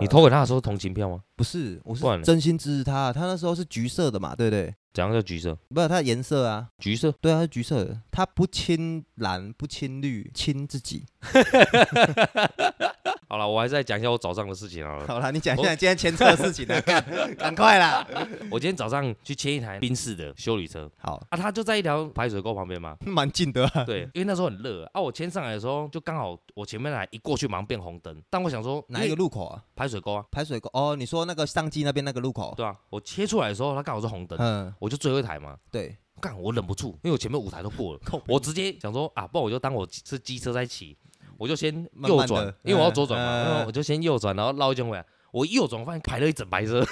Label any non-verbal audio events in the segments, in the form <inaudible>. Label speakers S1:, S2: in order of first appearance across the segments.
S1: 你投给他的时候是同情票吗？
S2: 不是，我
S1: 不然
S2: 是
S1: 呢
S2: 真心支持他。他那时候是橘色的嘛，对不对？
S1: 怎样叫橘色？
S2: 不是他的颜色啊，
S1: 橘色？
S2: 对啊，他是橘色的。他不亲蓝，不亲绿，亲自己。
S1: 好了，我还是再讲一下我早上的事情好
S2: <laughs>
S1: 哦了。
S2: 好啦，你讲一
S1: 我
S2: 下今天牵扯的事情啊，
S1: <laughs>
S2: 赶赶快啦。
S1: 我今天早上去签一台宾士的修理车
S2: 好，
S1: 啊，它就在一条排水沟旁边
S2: <laughs>
S1: 嘛。
S2: 蛮近的啊。
S1: 对，因为那时候很热啊啊，我签上来的时候就刚好我前面来一过去马上变红灯，但我想说
S2: 哪一个
S1: 因为
S2: 路口啊？
S1: 排水沟啊？
S2: 排水沟哦，你说那个上机那边那个路口？
S1: 对啊，我切出来的时候它刚好是红灯，
S2: 嗯，
S1: 我就最后一台嘛，
S2: 对，
S1: 干我忍不住，因为我前面五台都过了
S2: 靠，
S1: 我直接想说啊，不然我就当我是机车在骑，我就先
S2: 慢
S1: 右
S2: 慢
S1: 转，
S2: 地
S1: 因为我要左转嘛，
S2: 嗯
S1: 然后我就先右转，然后绕一圈回来，我一右转我发现排了一整排
S2: <laughs>
S1: 车，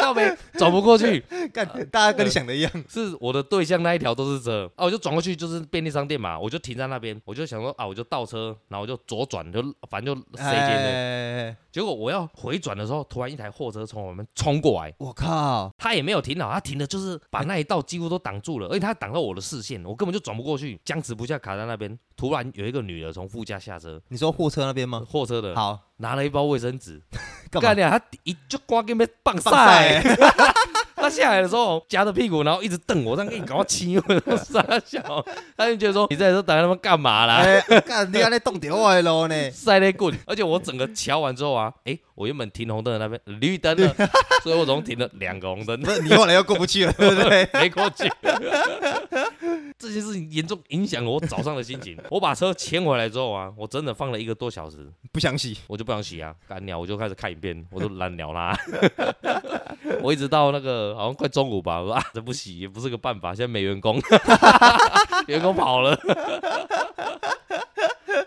S1: 倒霉转不过去，
S2: <laughs> 干，大家跟你想的一
S1: <laughs>
S2: 样。
S1: 是我的对象那一条都是车啊，我就转过去就是便利商店嘛，我就停在那边，我就想说啊，我就倒车，然后我就左转，就反正就塞进的，
S2: 哎，
S1: 结果我要回转的时候，突然一台货车从我们冲过来。
S2: 我靠，
S1: 他也没有停好，他停的就是把那一道几乎都挡住了，而且他挡到我的视线，我根本就转不过去，僵持不下，卡在那边。突然有一个女的从副驾下车，
S2: 你说货车那边吗？
S1: 货车的
S2: 好，
S1: 拿了一包卫生纸，
S2: 嗯干
S1: 干
S2: 嘛？
S1: 掉他一就光跟被棒
S2: 放晒
S1: 晒。 <laughs> 他下来的时候夹着屁股，然后一直瞪我，这样给你搞到亲，我都傻笑。他就觉得说你在这挡他们干嘛啦？
S2: <laughs> 哎，干，你安尼冻掉我的路呢？
S1: 晒那棍，而且我整个瞧完之后啊，哎、我原本停红灯的那边绿灯
S2: <laughs>
S1: 了，所以我总停了两个红灯。
S2: 不是，你后来又过不去了， <laughs> 对不对？
S1: <laughs> 没过去。这件事情严重影响了我早上的心情。 <laughs> 我把车牵回来之后啊，我真的放了一个多小时，
S2: 不想洗。
S1: 我就不想洗啊，干鸟，我就开始看影片，我就懒鸟啦。 <laughs> 我一直到那个好像快中午吧，我说啊，这不洗也不是个办法，现在没员工， <laughs> 员工跑了。 <laughs>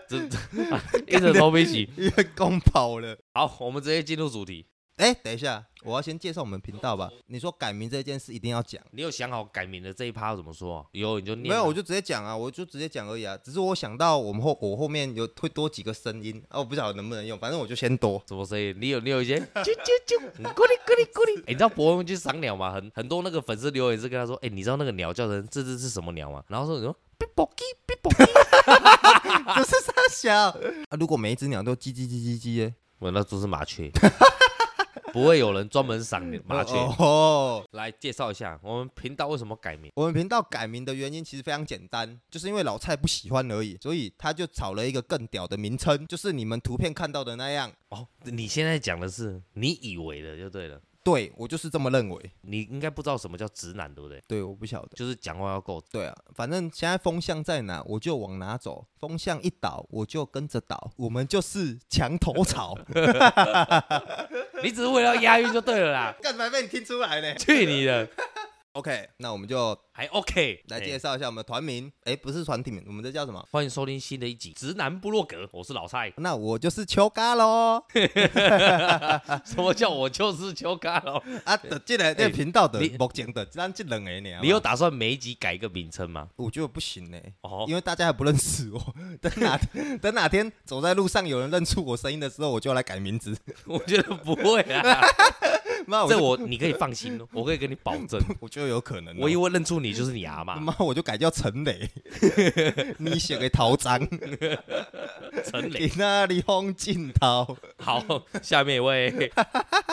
S1: 这 <laughs> 这啊一直都没洗。
S2: 因为公跑了。
S1: 好，我们直接进入主题。
S2: 哎、等一下，我要先介绍我们频道吧。你说改名这件事一定要讲，
S1: 你有想好改名的这一趴要怎么说、啊？有你就念
S2: 没
S1: 啊。
S2: 有我就直接讲啊，我就直接讲而已啊。只是我想到我们后我后面有会多几个声音啊，我不晓得能不能用，反正我就先多。
S1: 什么声音？你有你有一些啾啾啾，嗯咕哩咕哩咕哩。欸你知道博文去赏鸟吗？很很多那个粉丝留言是跟他说，哎、你知道那个鸟叫成这只是什么鸟吗？然后说你说 b i b o g i b i b o g i
S2: 不是傻小 <laughs> 啊，如果每一只鸟都叽叽叽叽叽耶，
S1: 我那都是麻雀， <laughs> 不会有人专门赏麻雀。
S2: 哦，
S1: 来介绍一下我们频道为什么改名？
S2: 我们频道改名的原因其实非常简单，就是因为老蔡不喜欢而已，所以他就找了一个更屌的名称，就是你们图片看到的那样。
S1: 哦，你现在讲的是你以为的就对了，
S2: 对我就是这么认为。
S1: 你应该不知道什么叫直男，对不对？
S2: 对，我不晓得。
S1: 就是讲话要够。
S2: 对啊，反正现在风向在哪，我就往哪走。风向一倒，我就跟着倒。我们就是墙头草。。
S1: 你只是为了押韵就对了啦
S2: <laughs> <laughs> 干嘛被你听出来呢
S1: 去你的，
S2: ？OK，那我们就
S1: 还 OK。
S2: 来
S1: 欸
S2: 介绍一下我们团名。哎、不是团体名，我们这叫什么？
S1: 欢迎收听新的一集《直男部落格》，我是老蔡。
S2: 那我就是秋嘎喽。 <laughs>
S1: <laughs> 什么叫我就是邱卡喽？
S2: 啊，的进来这个频道的
S1: 你
S2: 目前的咱这两个而已啊
S1: <laughs> 你有？打算每一集改一个名称吗？
S2: 我觉得不行呢、
S1: 哦
S2: 因，为大家还不认识我。等 <laughs> 哪等哪天走在路上有人认出我声音的时候，我就来改名字。
S1: <laughs>
S2: <laughs>
S1: 我觉得不会啊， <laughs>
S2: 那我
S1: 这
S2: 就
S1: 我你可以放心 <laughs> 哦，我可以跟你保证，
S2: 我觉得有可能哦、
S1: 我一会认出你就是你阿妈 <laughs>
S2: 妈，我就改叫陈磊， <laughs> 你写给陶章， <laughs>
S1: 陈
S2: 你
S1: 磊。
S2: 那里风劲涛。
S1: <laughs> 好，下面一位，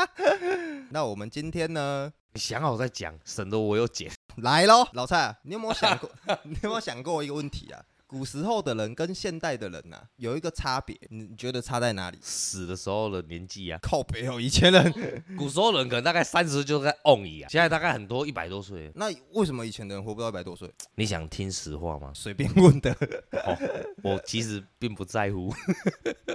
S1: <laughs>
S2: 那我们今天呢，
S1: 你想好再讲，省得我有剪。
S2: 来喽，老蔡啊，你有没有 <laughs> 想过？你有没有想过一个问题啊？古时候的人跟现代的人呐、啊，有一个差别，你觉得差在哪里？
S1: 死的时候的年纪啊，
S2: 靠北哦，以前人，
S1: 古时候人可能大概三十就在 on 一啊，现在大概很多一百多岁。
S2: <laughs> 那为什么以前的人活不到一百多岁？
S1: 你想听实话吗？
S2: 随便问的。 <laughs>
S1: 哦， <laughs> 我其实并不在乎。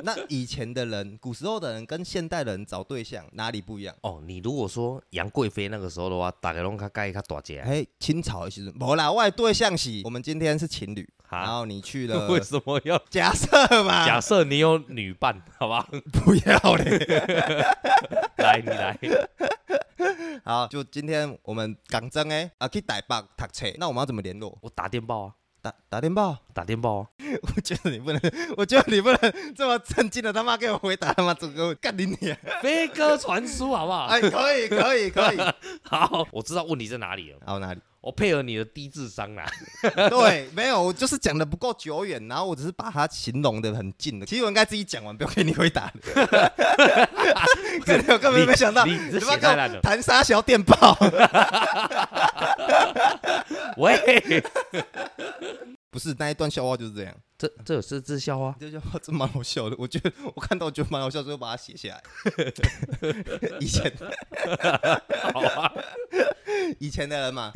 S2: 那以前的人，古时候的人跟现代人找对象哪里不一样？
S1: <laughs> 哦，你如果说杨贵妃那个时候的话，大概拢较介较大只啊。
S2: 哎，清朝的时候，没啦，我的对象是，我们今天是情侣，
S1: 哈
S2: 然后你去 <laughs>
S1: <laughs>
S2: 了
S1: 为什么要
S2: 假设嘛，
S1: 假设你有女伴， <laughs> 好吧，
S2: 不要嘞。
S1: 来你来，
S2: <laughs> 好，就今天我们港真诶啊去台北读册，那我们要怎么联络？
S1: 我打电报啊，
S2: 打打电报？
S1: 打电报啊，
S2: <laughs> 我觉得你不能，我觉得你不能这么震惊的他妈给我回答他妈这个干你你！
S1: 飞鸽传书好不好？
S2: 哎哎，可以可以可以，
S1: 好，我知道问题在哪里了。
S2: <laughs> 好哪里？
S1: 我配合你的低智商啊啦。
S2: 对，没有，我就是讲的不够久远，然后我只是把它形容的很近的。其实我应该自己讲完，不要给你回答 <laughs> 的。根本根本没想到，
S1: 你你这
S2: 他妈
S1: 写太
S2: 跟
S1: 烂
S2: 我
S1: 了
S2: 谈沙小电报。
S1: <laughs>
S2: <laughs>
S1: 喂，
S2: 不是那一段笑话就是这样，
S1: 这这有这啊这笑话，
S2: 这笑话真蛮好笑的。我觉得我看到我觉得蛮好笑，所以我把它写下来。 <laughs> 以前
S1: 好啊。
S2: 以前的人嘛，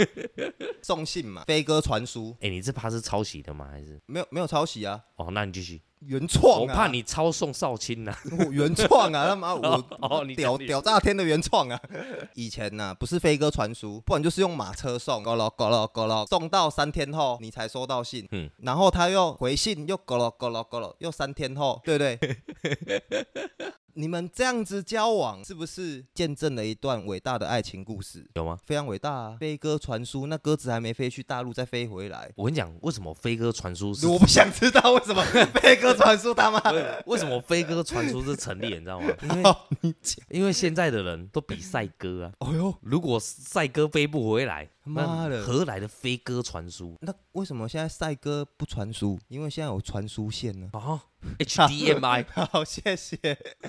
S2: 送信嘛，飞鸽传书，
S1: 哎、你这趴是抄袭的吗？还是？
S2: 没有没有抄袭啊，
S1: 哦，那你继续。
S2: 原创、啊。
S1: 我怕你抄宋少卿呐、
S2: 我 <laughs> 原创啊，他妈我
S1: <laughs>
S2: <laughs>
S1: 哦你
S2: 屌
S1: 讲你
S2: 屌炸天的原创啊！ <laughs> 以前呐、不是飞鸽传书，不然就是用马
S1: <laughs>
S2: 车送，咯咯咯咯咯咯，送到三天后你才收到信，
S1: 嗯
S2: 然后他又回信，又咯咯咯咯咯咯，又三天后， <laughs> 对不对？ <laughs> 你们这样子交往，是不是见证了一段伟大的爱情故事？
S1: 有吗？
S2: 非常伟大啊！飞鸽传书，那鸽子还没飞去大陆，再飞
S1: <laughs>
S2: 回来。
S1: 我跟你讲，为什么飞鸽传书是？
S2: 我不想知道为什么飞鸽传书他妈
S1: <laughs>
S2: <laughs> 哦
S1: 为什么飞鸽传书是成立？你知道吗？因为
S2: 好你讲，
S1: 因为现在的人都比赛鸽啊。
S2: 哎呦，
S1: 如果赛鸽飞不回来，
S2: 妈
S1: 那
S2: 的
S1: 何来的飞鸽传书。
S2: 那为什么现在赛鸽不传输？因为现在有传输线呢 <laughs>
S1: 啊？HDMI，
S2: 好，谢谢。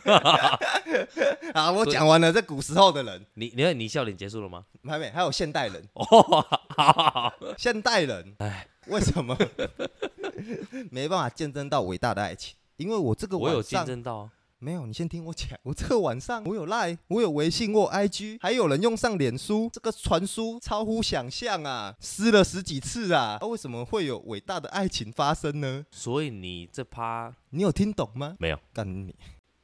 S2: <laughs> 好，我讲完了这古时候的人，
S1: 你你看你笑脸结束了吗？
S2: 还没还有现代人，
S1: 哦， <laughs> 好好好，
S2: 现代人，
S1: 哎，
S2: 为什么 <laughs> 没办法见证到伟大的爱情？因为我这个
S1: 我有
S2: 晚
S1: 见
S2: 上
S1: 证到啊。
S2: 没有，你先听我讲。我这个晚上我有赖，我有微信，我有 IG，还有人用上脸书，这个传输超乎想象啊，撕了十几次啊。啊为什么会有伟大的爱情发生呢？
S1: 所以你这
S2: <laughs>
S1: 趴
S2: 你有听懂吗？
S1: 没有，
S2: 干你！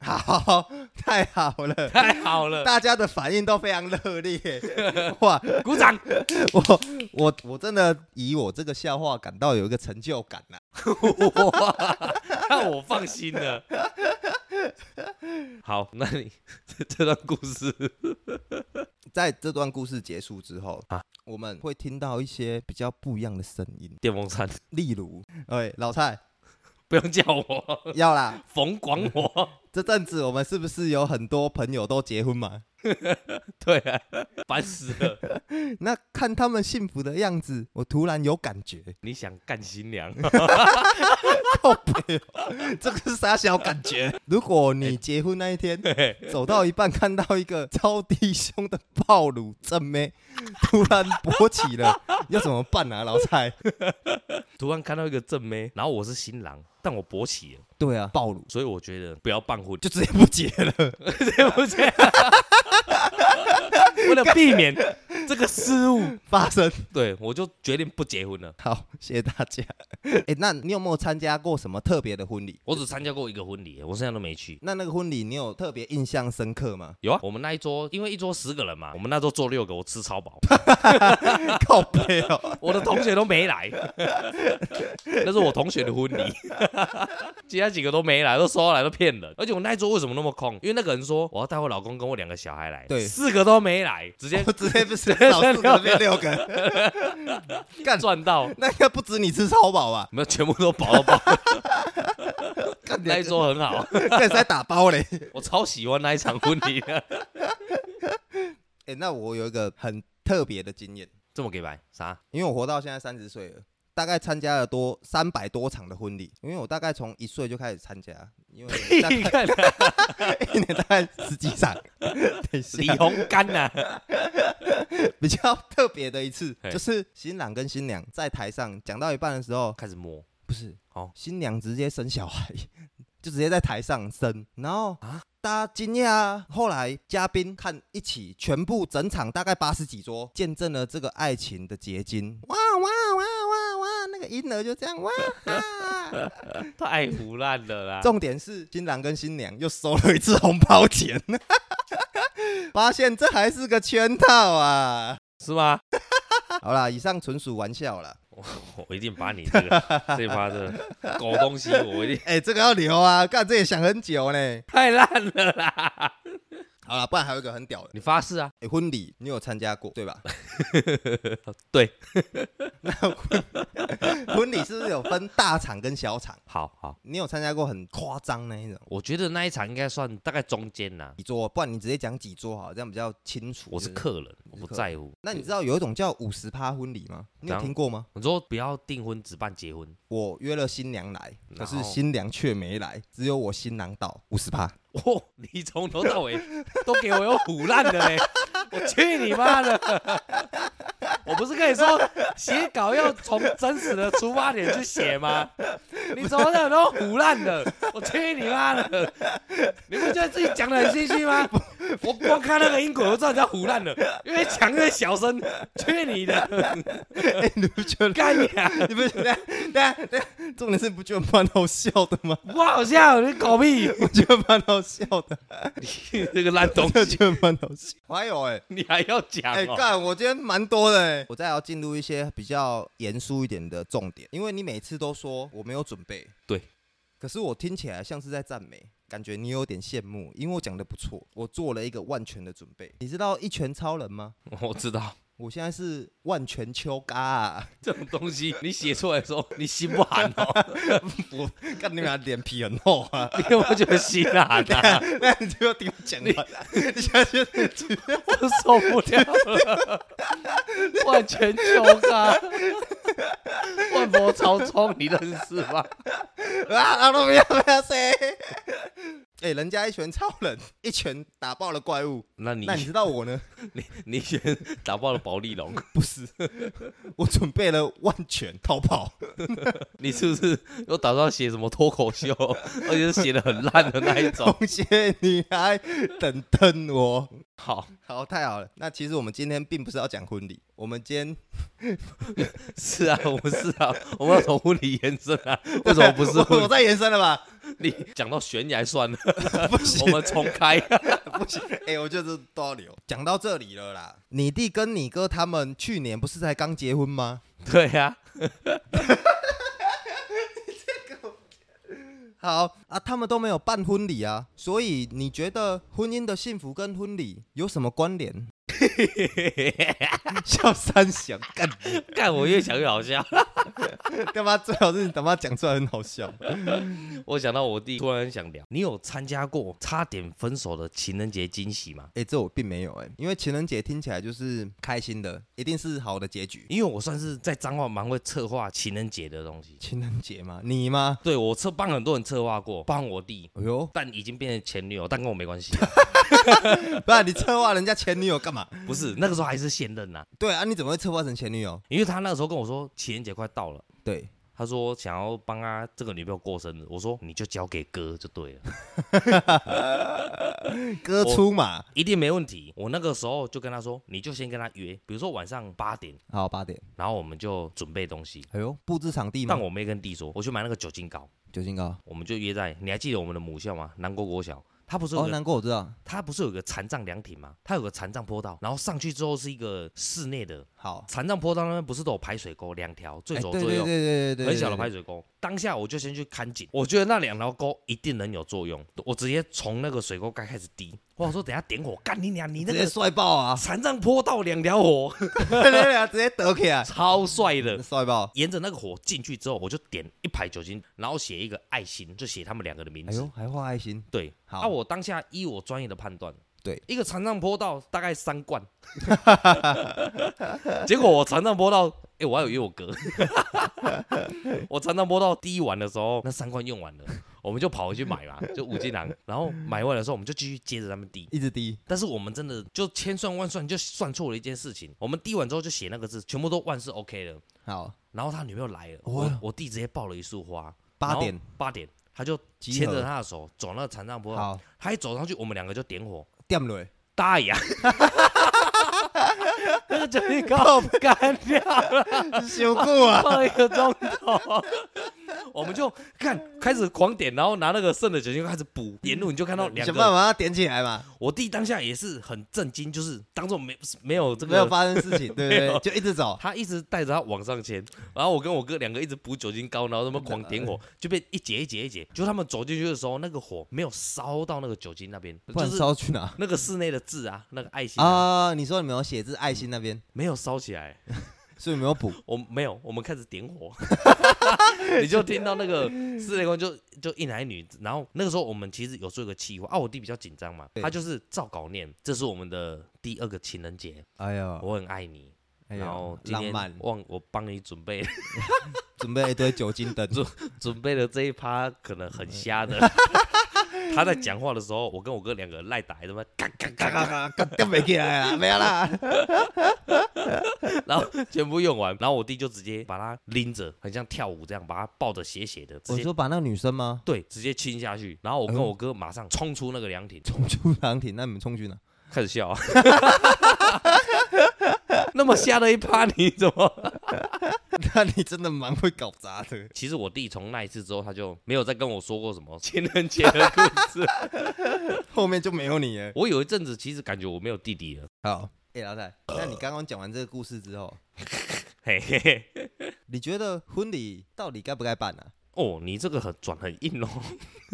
S2: <laughs> 好，太好了，
S1: 太好了，
S2: 大家的反应都非常热烈。 <laughs> 哇，
S1: 鼓掌。 <laughs>
S2: 我我我真的以我这个笑话感到有一个成就感啊呐、
S1: 那我放心了。好，那你 <laughs> 这这段故事
S2: 在这段故事结束之后
S1: 啊
S2: 我们会听到一些比较不一样的声音，
S1: 电风扇
S2: 例如，哎，老蔡
S1: 不用叫我， <laughs>
S2: 要啦，
S1: 冯管我。 <laughs>
S2: 这阵子我们是不是有很多朋友都结婚嘛？
S1: 对、啊，烦死了！
S2: 那看他们幸福的样子，我突然有感觉，
S1: 你想干新娘？ <laughs>
S2: 哦 <laughs> 这个是啥小感觉？如果你结婚那一天。走到一半看到一个超低胸的暴乳正 <laughs> 妹，突然勃起了，要怎么办啊，老蔡？
S1: 突然看到一个正妹，然后我是新郎，但我勃起了，
S2: <laughs> 对啊，暴乳
S1: 所以我觉得不要办婚，
S2: 就直接不结了。
S1: <laughs> 对不对？ <laughs> 为了避免这个失误，
S2: 发生
S1: <laughs> 对我就决定不结婚了。
S2: 好，谢谢大 <laughs> 家。哎、那你有没有参加过什么特别的婚礼？
S1: 我只参加过一个婚礼，我剩下都没去。？
S2: 那那个婚礼你有特别印象深刻 <laughs> 吗
S1: 有啊，我们那一桌，因为一桌十个人嘛，我们那桌坐六个，我吃超饱。
S2: 靠背哦，
S1: 我的同学都没来， <laughs> 那是我同学的婚礼， <laughs> 其他几个都没来，都收来都骗人。而且我那一桌为什么那么空？因为那个人说我要带我老公跟我两个小孩来，
S2: 对
S1: 四个都没来，直 <laughs> 接
S2: 我直 <laughs> 接不是少数个变六 <laughs> 个，干
S1: 赚 <laughs> 到，
S2: 那个不止你吃超饱吧？
S1: 没有全部都饱 <laughs> 到饱。
S2: 干
S1: 那一桌很好，
S2: 开始在打包嘞。
S1: 我超喜欢那一场婚礼的。
S2: 哎、那我有一个很特别的经验。
S1: <laughs> 这么给白啥？
S2: 因为我活到现在三十岁了，大概参加了多三百多场的婚礼，因为我大概从一岁就开始参加，因为大
S1: 你
S2: 概
S1: 看啊
S2: 一年大概十几场。等一
S1: 李
S2: 下，
S1: 红干啊呐，
S2: 比较特别的一次
S1: 嘿
S2: 就是新郎跟新娘在台上讲到一半的时候，
S1: 开始摸，
S2: 不是，
S1: 哦
S2: 新娘直接生小孩， <laughs> 就直接在台上生，然后
S1: 啊
S2: 大家惊讶啊！后来嘉宾看一起，全部整场大概八十几桌，见证了这个爱情的结晶。哇哇哇哇哇！那个婴儿就这样哇、啊！
S1: 太胡烂了啦！
S2: <laughs> 重点是新郎跟新娘又收了一次红包钱， <laughs> 发现这还是个圈套啊！
S1: 是吗？
S2: 好啦，以上纯属玩笑啦。
S1: 我一定把你这个这一趴的狗东西，我一定
S2: 哎、这个要留啊，干这也想很久呢。
S1: <laughs> 太烂了啦！
S2: 好啦，不然还有一个很屌的、
S1: 你发誓啊！<laughs>
S2: 哎 <laughs> 婚礼，你有参加过对吧？ <laughs>
S1: 对，
S2: 婚礼是不是有分大场跟小场？
S1: 好好，
S2: 你有参加过很夸张那一种？
S1: 我觉得那一场应该算大概中间啦。
S2: 几桌？不然你直接讲几桌好，这样比较清楚。
S1: 我是
S2: 就
S1: 客人，我不在乎。
S2: 那你知道有一种叫五十趴婚礼吗？你
S1: 怎
S2: 有
S1: 样
S2: 听过吗？
S1: 你说不要订婚，只办结婚。
S2: 我约了新娘来，可
S1: 然后
S2: 是新娘却没来，只有我新郎到五十趴。 <laughs>
S1: 哦，你从头到尾都给我有腐烂的 <laughs> 嘞！我去你妈的！我不是跟你说写稿要从真实的出发点去写吗？你怎么那都腐烂的？我去你妈的！你不觉得自己讲的很心虚吗？我光看那个音轨，我知道你要腐烂了，越讲越小声，去你的！
S2: 哎，你不觉得？
S1: 干你啊！
S2: 你不觉得？对啊，对啊，重点是你不觉得蛮好笑的吗？ <laughs>
S1: 不好笑，你狗屁！
S2: 我觉得蛮好笑的，
S1: 你 <laughs> 这个烂东
S2: 我
S1: 西
S2: 觉，得蛮好笑。 <laughs> 还有哎、
S1: <laughs> 你还要讲
S2: 哎、
S1: 哦？
S2: 干！我今天蛮多的、欸。我再要进入一些比较严肃一点的重点，因为你每次都说我没有准备，
S1: 对。
S2: 可是我听起来像是在赞美，感觉你有点羡慕，因为我讲的不错，我做了一个万全的准备。你知道一拳超人吗？
S1: 我知道。
S2: 我现在是万全秋嘎、啊， <laughs>
S1: <laughs> 这种东西你写出来的时候，你心不寒哦？ <laughs>
S2: 我看你们脸皮很厚啊！
S1: 你有没有觉得心寒啊？
S2: <laughs> 那你就要听我讲完，你现在就
S1: <laughs> 我受不了了， <laughs> 万全球咖， <laughs> 万佛朝宗，你认识吗？
S2: 啊啊都不要不要谁？ <laughs> 哎、人家一拳超人，一拳打爆了怪物，
S1: <laughs> 那你
S2: 那你知道我呢？
S1: 你你先打爆了保利龙， <laughs>
S2: 不是， <laughs> 我准备了万全逃跑，
S1: 你是不是有打算写什么脱口秀， <laughs> 而且是写的很烂的那一种？ <laughs>
S2: 感谢你还等等我。
S1: 好，
S2: 好，太好了。那其实我们今天并不是要讲婚礼，我们今天
S1: 是啊，我们是啊， <laughs> 我们要从婚礼延伸 <laughs> 啊， <laughs> 为什么不是
S2: <laughs> 我我
S1: 婚？
S2: 再延伸了吧？
S1: <laughs> 你讲到悬崖 <laughs> 算了，
S2: 不
S1: 我
S2: 行
S1: 们重开。啊
S2: 不行，哎、我觉得这都要留。讲到这里了啦，你弟跟你哥他们去年不是才刚结婚吗？
S1: <laughs> 对啊呀、
S2: 好啊，他们都没有办婚礼啊，所以你觉得婚姻的幸福跟婚礼有什么
S1: <laughs>
S2: 关联？笑三响，干
S1: 干我越想越好笑。
S2: <laughs> 干嘛？最好是你他妈讲出来很好 <laughs> 笑。
S1: 我想到我弟，突然想聊，你有参加过差点分手的情人节惊喜吗？
S2: 哎、这我并没有哎、因为情人节听起来就是开心的，一定是好的结局。
S1: 因为我算是在彰化蛮会策划情人节的东西，
S2: 情人节吗？你吗？
S1: 对我策帮很多人策划过，帮我弟，
S2: 哎呦，
S1: 但已经变成前女友，但跟我没关系，
S2: 不然你策划人家前女友干嘛？
S1: <laughs> 不是那个时候还是现任呐、
S2: 对啊，你怎么会策划成前女友？
S1: 因为他那个时候跟我说情人节快到了。
S2: 对，
S1: 他说想要帮他这个女朋友过生日，我说你就交给哥就对了，
S2: 哥出马，
S1: 一定没问题。我那个时候就跟他说，你就先跟他约，比如说晚上八点，
S2: 好八点。
S1: 然后我们就准备东西。
S2: 哎呦，布置场地吗
S1: 但？我没跟弟说，我去买那个酒精膏，
S2: 酒精膏。
S1: 我们就约在，你还记得我们的母校吗？南国国小，它不是有
S2: 哦，
S1: 个、
S2: 难过我知道。
S1: 它不是有个残障凉亭吗？它有个残障坡道，然后上去之后是一个室内的
S2: 好，
S1: 残障坡道那边不是都有排水沟两条，最
S2: 哎
S1: 左
S2: 对
S1: 最
S2: 对
S1: 右。
S2: 对对对对，
S1: 很小的排
S2: 排。
S1: 水沟，当下我就先去看景，我觉得那两条沟一定能有作用，我直接从那个水沟盖开始滴，或者说等下点火，干你娘，你那
S2: <laughs> 直接
S1: 个
S2: 帅爆
S1: <laughs>
S2: 啊！
S1: 残障坡道两条火， <laughs>
S2: 对对对，直接得起来，
S1: 超帅的，
S2: 帅爆！
S1: 沿着那个火进去之后，我就点一排酒精，然后写一个爱心，就写他们两个的名
S2: 哎
S1: 字。
S2: 呦，还画爱心，
S1: 对，
S2: 好
S1: 啊，我当下依我专业的判断，
S2: 对，
S1: 一个残障坡道大概三
S2: <laughs>
S1: 罐， <laughs> 结果我残障坡道，哎、我还有约我哥， <laughs> 我残障坡道第一碗的时候，那三罐用完了，我们就跑回去买嘛，就五金行，然后买完的时候，我们就继续接着他们滴。
S2: 一直滴。
S1: 但是我们真的就千算万算，就算错了一件事情。我们滴完之后就写那个字，全部都万事 OK 了。
S2: 好，
S1: 然后他女朋友来了，
S2: 哇
S1: 我我弟直接抱了一束花，
S2: 八
S1: 然后
S2: 点。
S1: 八点，他就
S2: 集
S1: 牵
S2: 合
S1: 着他的手走那个残障坡道，
S2: 好，
S1: 他一走上去，我们两个就点火，
S2: 点落。 <laughs>
S1: 大呀，那个酒精膏干掉了，
S2: 修过啊！
S1: 放一个钟头。我们就看开始狂点，然后拿那个剩的酒精膏开始补，沿路你就看到两
S2: 想办
S1: 个。
S2: 法把它点起
S1: <laughs>
S2: 来嘛，
S1: 我弟当下也是很震惊，就是当做没没有这
S2: 没有
S1: 个，
S2: 发生事情，对不
S1: 没有
S2: 对？就一直走，
S1: 他一直带着他往上牵，然后我跟我哥两个一直补酒精膏，然后他们狂点火，就变一节一节一节。就他们走进去的时候，那个火没有烧到那个酒精那边，
S2: 不
S1: 就
S2: 然
S1: 是
S2: 烧去哪？
S1: 那个室内的字啊，那个爱心啊
S2: 啊，你说你们有写字爱心那边，
S1: 没有烧起来，
S2: 所以没有补。
S1: 我没有，我们开始点
S2: <laughs>
S1: 火，你就听到那个室内光就就一男一女，然后那个时候我们其实有做一个计划啊，我弟比较紧张嘛，
S2: 对
S1: 他就是照稿念，这是我们的第二个情人节，
S2: 哎呦，
S1: 我很爱你，
S2: 哎
S1: 然后
S2: 呦，
S1: 今
S2: 浪
S1: 天
S2: 漫，
S1: 忘我帮你准备
S2: 准备一堆酒精
S1: <laughs>
S2: 灯，
S1: 准备了这一趴，可能很瞎
S2: <laughs>
S1: 的。他在讲话的时候，我跟我哥两个人赖打，他妈嘎嘎嘎
S2: 嘎嘎嘎嘎，点没起来
S1: <laughs>
S2: 啊啦，没有啦。
S1: 然后全部用完，然后我弟就直接把他拎着，很像跳舞这样，把他抱着斜斜的，直
S2: 我
S1: 接
S2: 说把那个女生吗？
S1: 对，直接亲下去。然后我跟
S2: 哎呦
S1: 我哥马上嗯冲出那个凉亭，
S2: 冲出凉亭，那你们冲去哪？ <laughs>
S1: 开始笑、啊。 <laughs> 那么瞎的一趴，你怎 <laughs> 么？
S2: 那你真的蛮会搞砸的。
S1: 其实我弟从那一次之后，他就没有再跟我说过什么 <laughs> 情人节的故事。
S2: 后面就没有你了。
S1: 我有一阵子其实感觉我没有弟弟了，
S2: 好，哎、老太，那你刚刚讲完这个故事之后，
S1: 嘿嘿嘿。
S2: 你觉得婚礼到底该不该办啊？
S1: 哦，你这个很转很硬哦。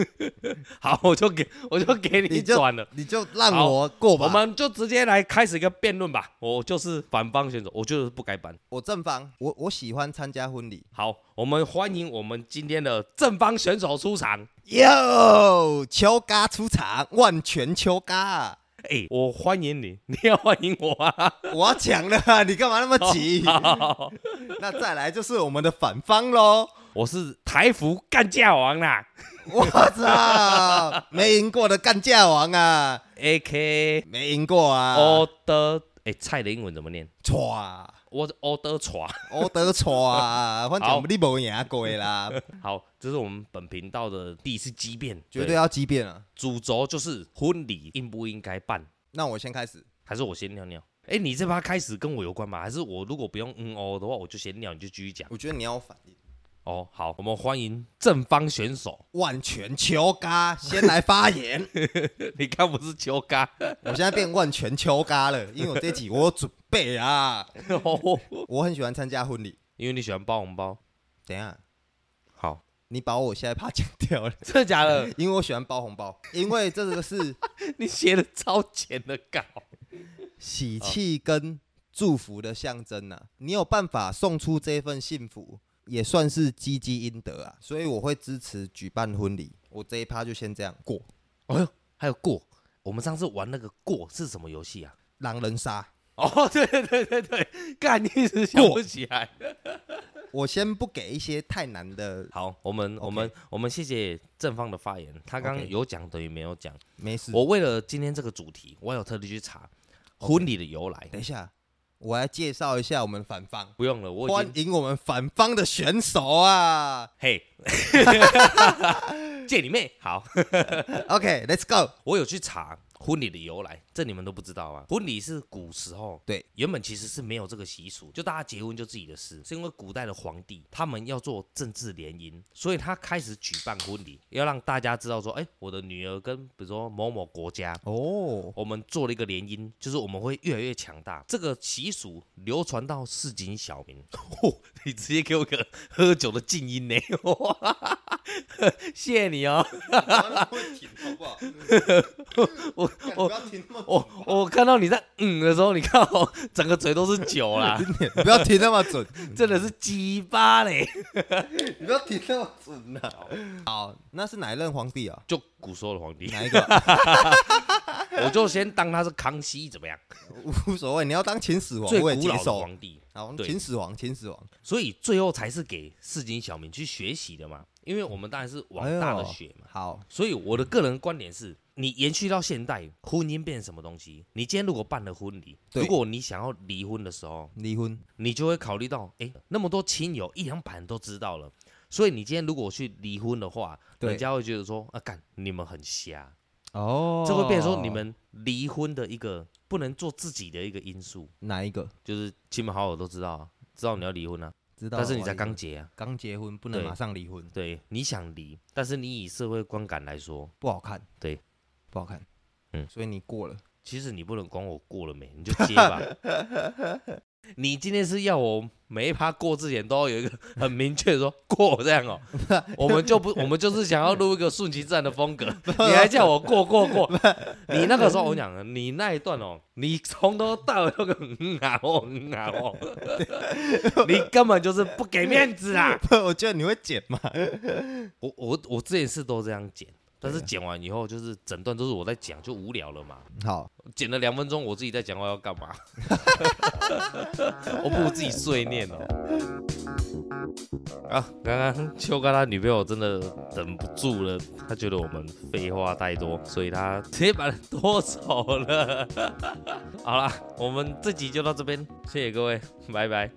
S1: <laughs> 好，我就给我就给你
S2: 你就
S1: 转了。
S2: 你就让我过吧。
S1: 我们就直接来开始一个辩论吧。我就是反方选手，我就是不该办。
S2: 我正方，我我喜欢参加婚礼。
S1: 好，我们欢迎我们今天的正方选手出场。
S2: 哟，秋嘎出场，万全秋嘎，
S1: 哎、我欢迎你， <laughs> 你要欢迎我啊！
S2: 我要抢了啊，你干嘛那么急？
S1: 好
S2: 那再来就是我们的反方喽。
S1: <laughs> 我是台服干架王啦
S2: 我操，没赢过的干架王啊，
S1: ，A K
S2: 没赢过啊。
S1: O 的哎，菜的英文怎么念？
S2: 歘，
S1: 我 O 的耍。
S2: 啊我得歘啊，反
S1: 好
S2: 正你没赢过啦，
S1: <laughs> 好，这是我们本频道的第一次激辩，
S2: 绝对要激辩啊。
S1: 主轴就是婚礼应不应该办，
S2: 那我先开始。
S1: 还是我先尿尿？哎、你这趴开始跟我有关吗？还是我如果不用嗯哦的话，我就先尿，你就继续讲。
S2: 我觉得你要有反应。
S1: 哦，好，我们欢迎正方选 <laughs> 手。
S2: 万全秋嘎先来发言，
S1: 你刚不是秋 <laughs> 嘎？
S2: 我现在变万全秋嘎了，因为我这集我有准备啊。我很喜欢参加婚礼。
S1: 哦因为你喜欢包红包。
S2: 等一下，
S1: 好，
S2: 你把我现在怕讲掉了，
S1: 真的假的？
S2: 因为我喜欢包红包，因为这个是
S1: 你写的超前的稿。 <laughs>
S2: 喜气跟祝福的象征呐、啊。你有办法送出这份幸福，也算是积积阴德啊。所以我会支持举办婚礼。我这一趴就先这样过，
S1: 哎呦，还有过，我们上次玩那个过是什么游戏啊？
S2: 狼人杀。
S1: 哦，对对对对对，干，你一直想不起来。
S2: 我先不给一些太难的，
S1: 好，我们我们我们谢谢正方的发言，他刚刚
S2: OK
S1: 有讲等于没有讲。
S2: 没事。
S1: 我为了今天这个主题，我有特地去查婚礼的由来。
S2: 等一下，我来介绍一下我们反方，
S1: 不用了，我已
S2: 欢
S1: 经
S2: 迎我们反方的选手啊。
S1: 嘿， <laughs> 借你妹好。
S2: OK，Let's、go。
S1: 我有去查婚礼的由来，这你们都不知道啊。婚礼是古时候
S2: 对，
S1: 原本其实是没有这个习俗，就大家结婚就自己的事，是因为古代的皇帝他们要做政治联姻，所以他开始举办婚礼，要让大家知道说，哎，我的女儿跟比如说某某国家。
S2: 哦，
S1: 我们做了一个联姻，就是我们会越来越强大。这个习俗流传到市井小民。 <laughs> 哦，你直接给我个喝酒的静音呢，哇 <laughs> 谢谢你哦。
S2: 会停好不好？
S1: 我
S2: <laughs> 我不要停那么
S1: 我我看到你在嗯的时候，你看我 <laughs> 整个嘴都是酒 <laughs> 啦，
S2: 准，你不要停那么
S1: <laughs>
S2: 准，
S1: 真的是鸡巴嘞！
S2: 你不要停那么准呐、好，那是哪一任皇帝啊？
S1: 就古时候的皇帝，
S2: 哪一个
S1: <laughs>
S2: 啊、
S1: 我就先当他是康熙怎么样？
S2: 无所谓，你要当秦始皇
S1: 最
S2: 我也
S1: 古
S2: 接
S1: 老的
S2: 受。
S1: 皇帝，
S2: 好，
S1: 对
S2: 秦始皇，秦始皇，
S1: 所以最后才是给市井小民去学习的嘛。因为我们当然是往大的学嘛。
S2: 好，
S1: 所以我的个人观点是，你延续到现代，婚姻变成什么东西？你今天如果办了婚礼，
S2: 对
S1: 如果你想要离婚的时候，
S2: 离婚，
S1: 你就会考虑到，诶，那么多亲友一两百人都知道了，所以你今天如果去离婚的话，
S2: 对
S1: 人家会觉得说，啊，干你们很瞎，
S2: 哦
S1: 这会变成说你们离婚的一个不能做自己的一个因素，
S2: 哪一个
S1: 就是亲朋好友都知道啊，知道你要离婚啊，
S2: 知道？
S1: 但是你才刚结啊，
S2: 刚结婚，不能
S1: 对
S2: 马上离婚，
S1: 对，你想离，但是你以社会观感来说，
S2: 不好看，
S1: 对，
S2: 不好看，
S1: 嗯
S2: 所以你过了。
S1: <laughs> 其实你不能管我过了没，你就结吧。你今天是要我每一趴过之前都要有一个很明确的说过这 <laughs> 样哦，我们就不，我们就是想要录一个顺其自然的风 <laughs> 格，你还叫我过过过，你那个时候我讲了，你那一段哦，你从头到尾都个嗯啊哦嗯啊 <laughs> 哦，你根本就是不给面子啊！
S2: <laughs> 我觉得你会剪嘛，
S1: 我我我这一次都这样剪，但是剪完以后就是整段都是我在讲，就无聊了嘛。
S2: 好，
S1: 剪了两分钟，我自己在讲话要干嘛？我不如自己碎念哦。啊，刚刚秋哥他女朋友真的忍不住了，她觉得我们废话太多，所以她直接把人拖 <laughs> 走了。好啦，我们这集就到这边，谢谢各位，拜拜。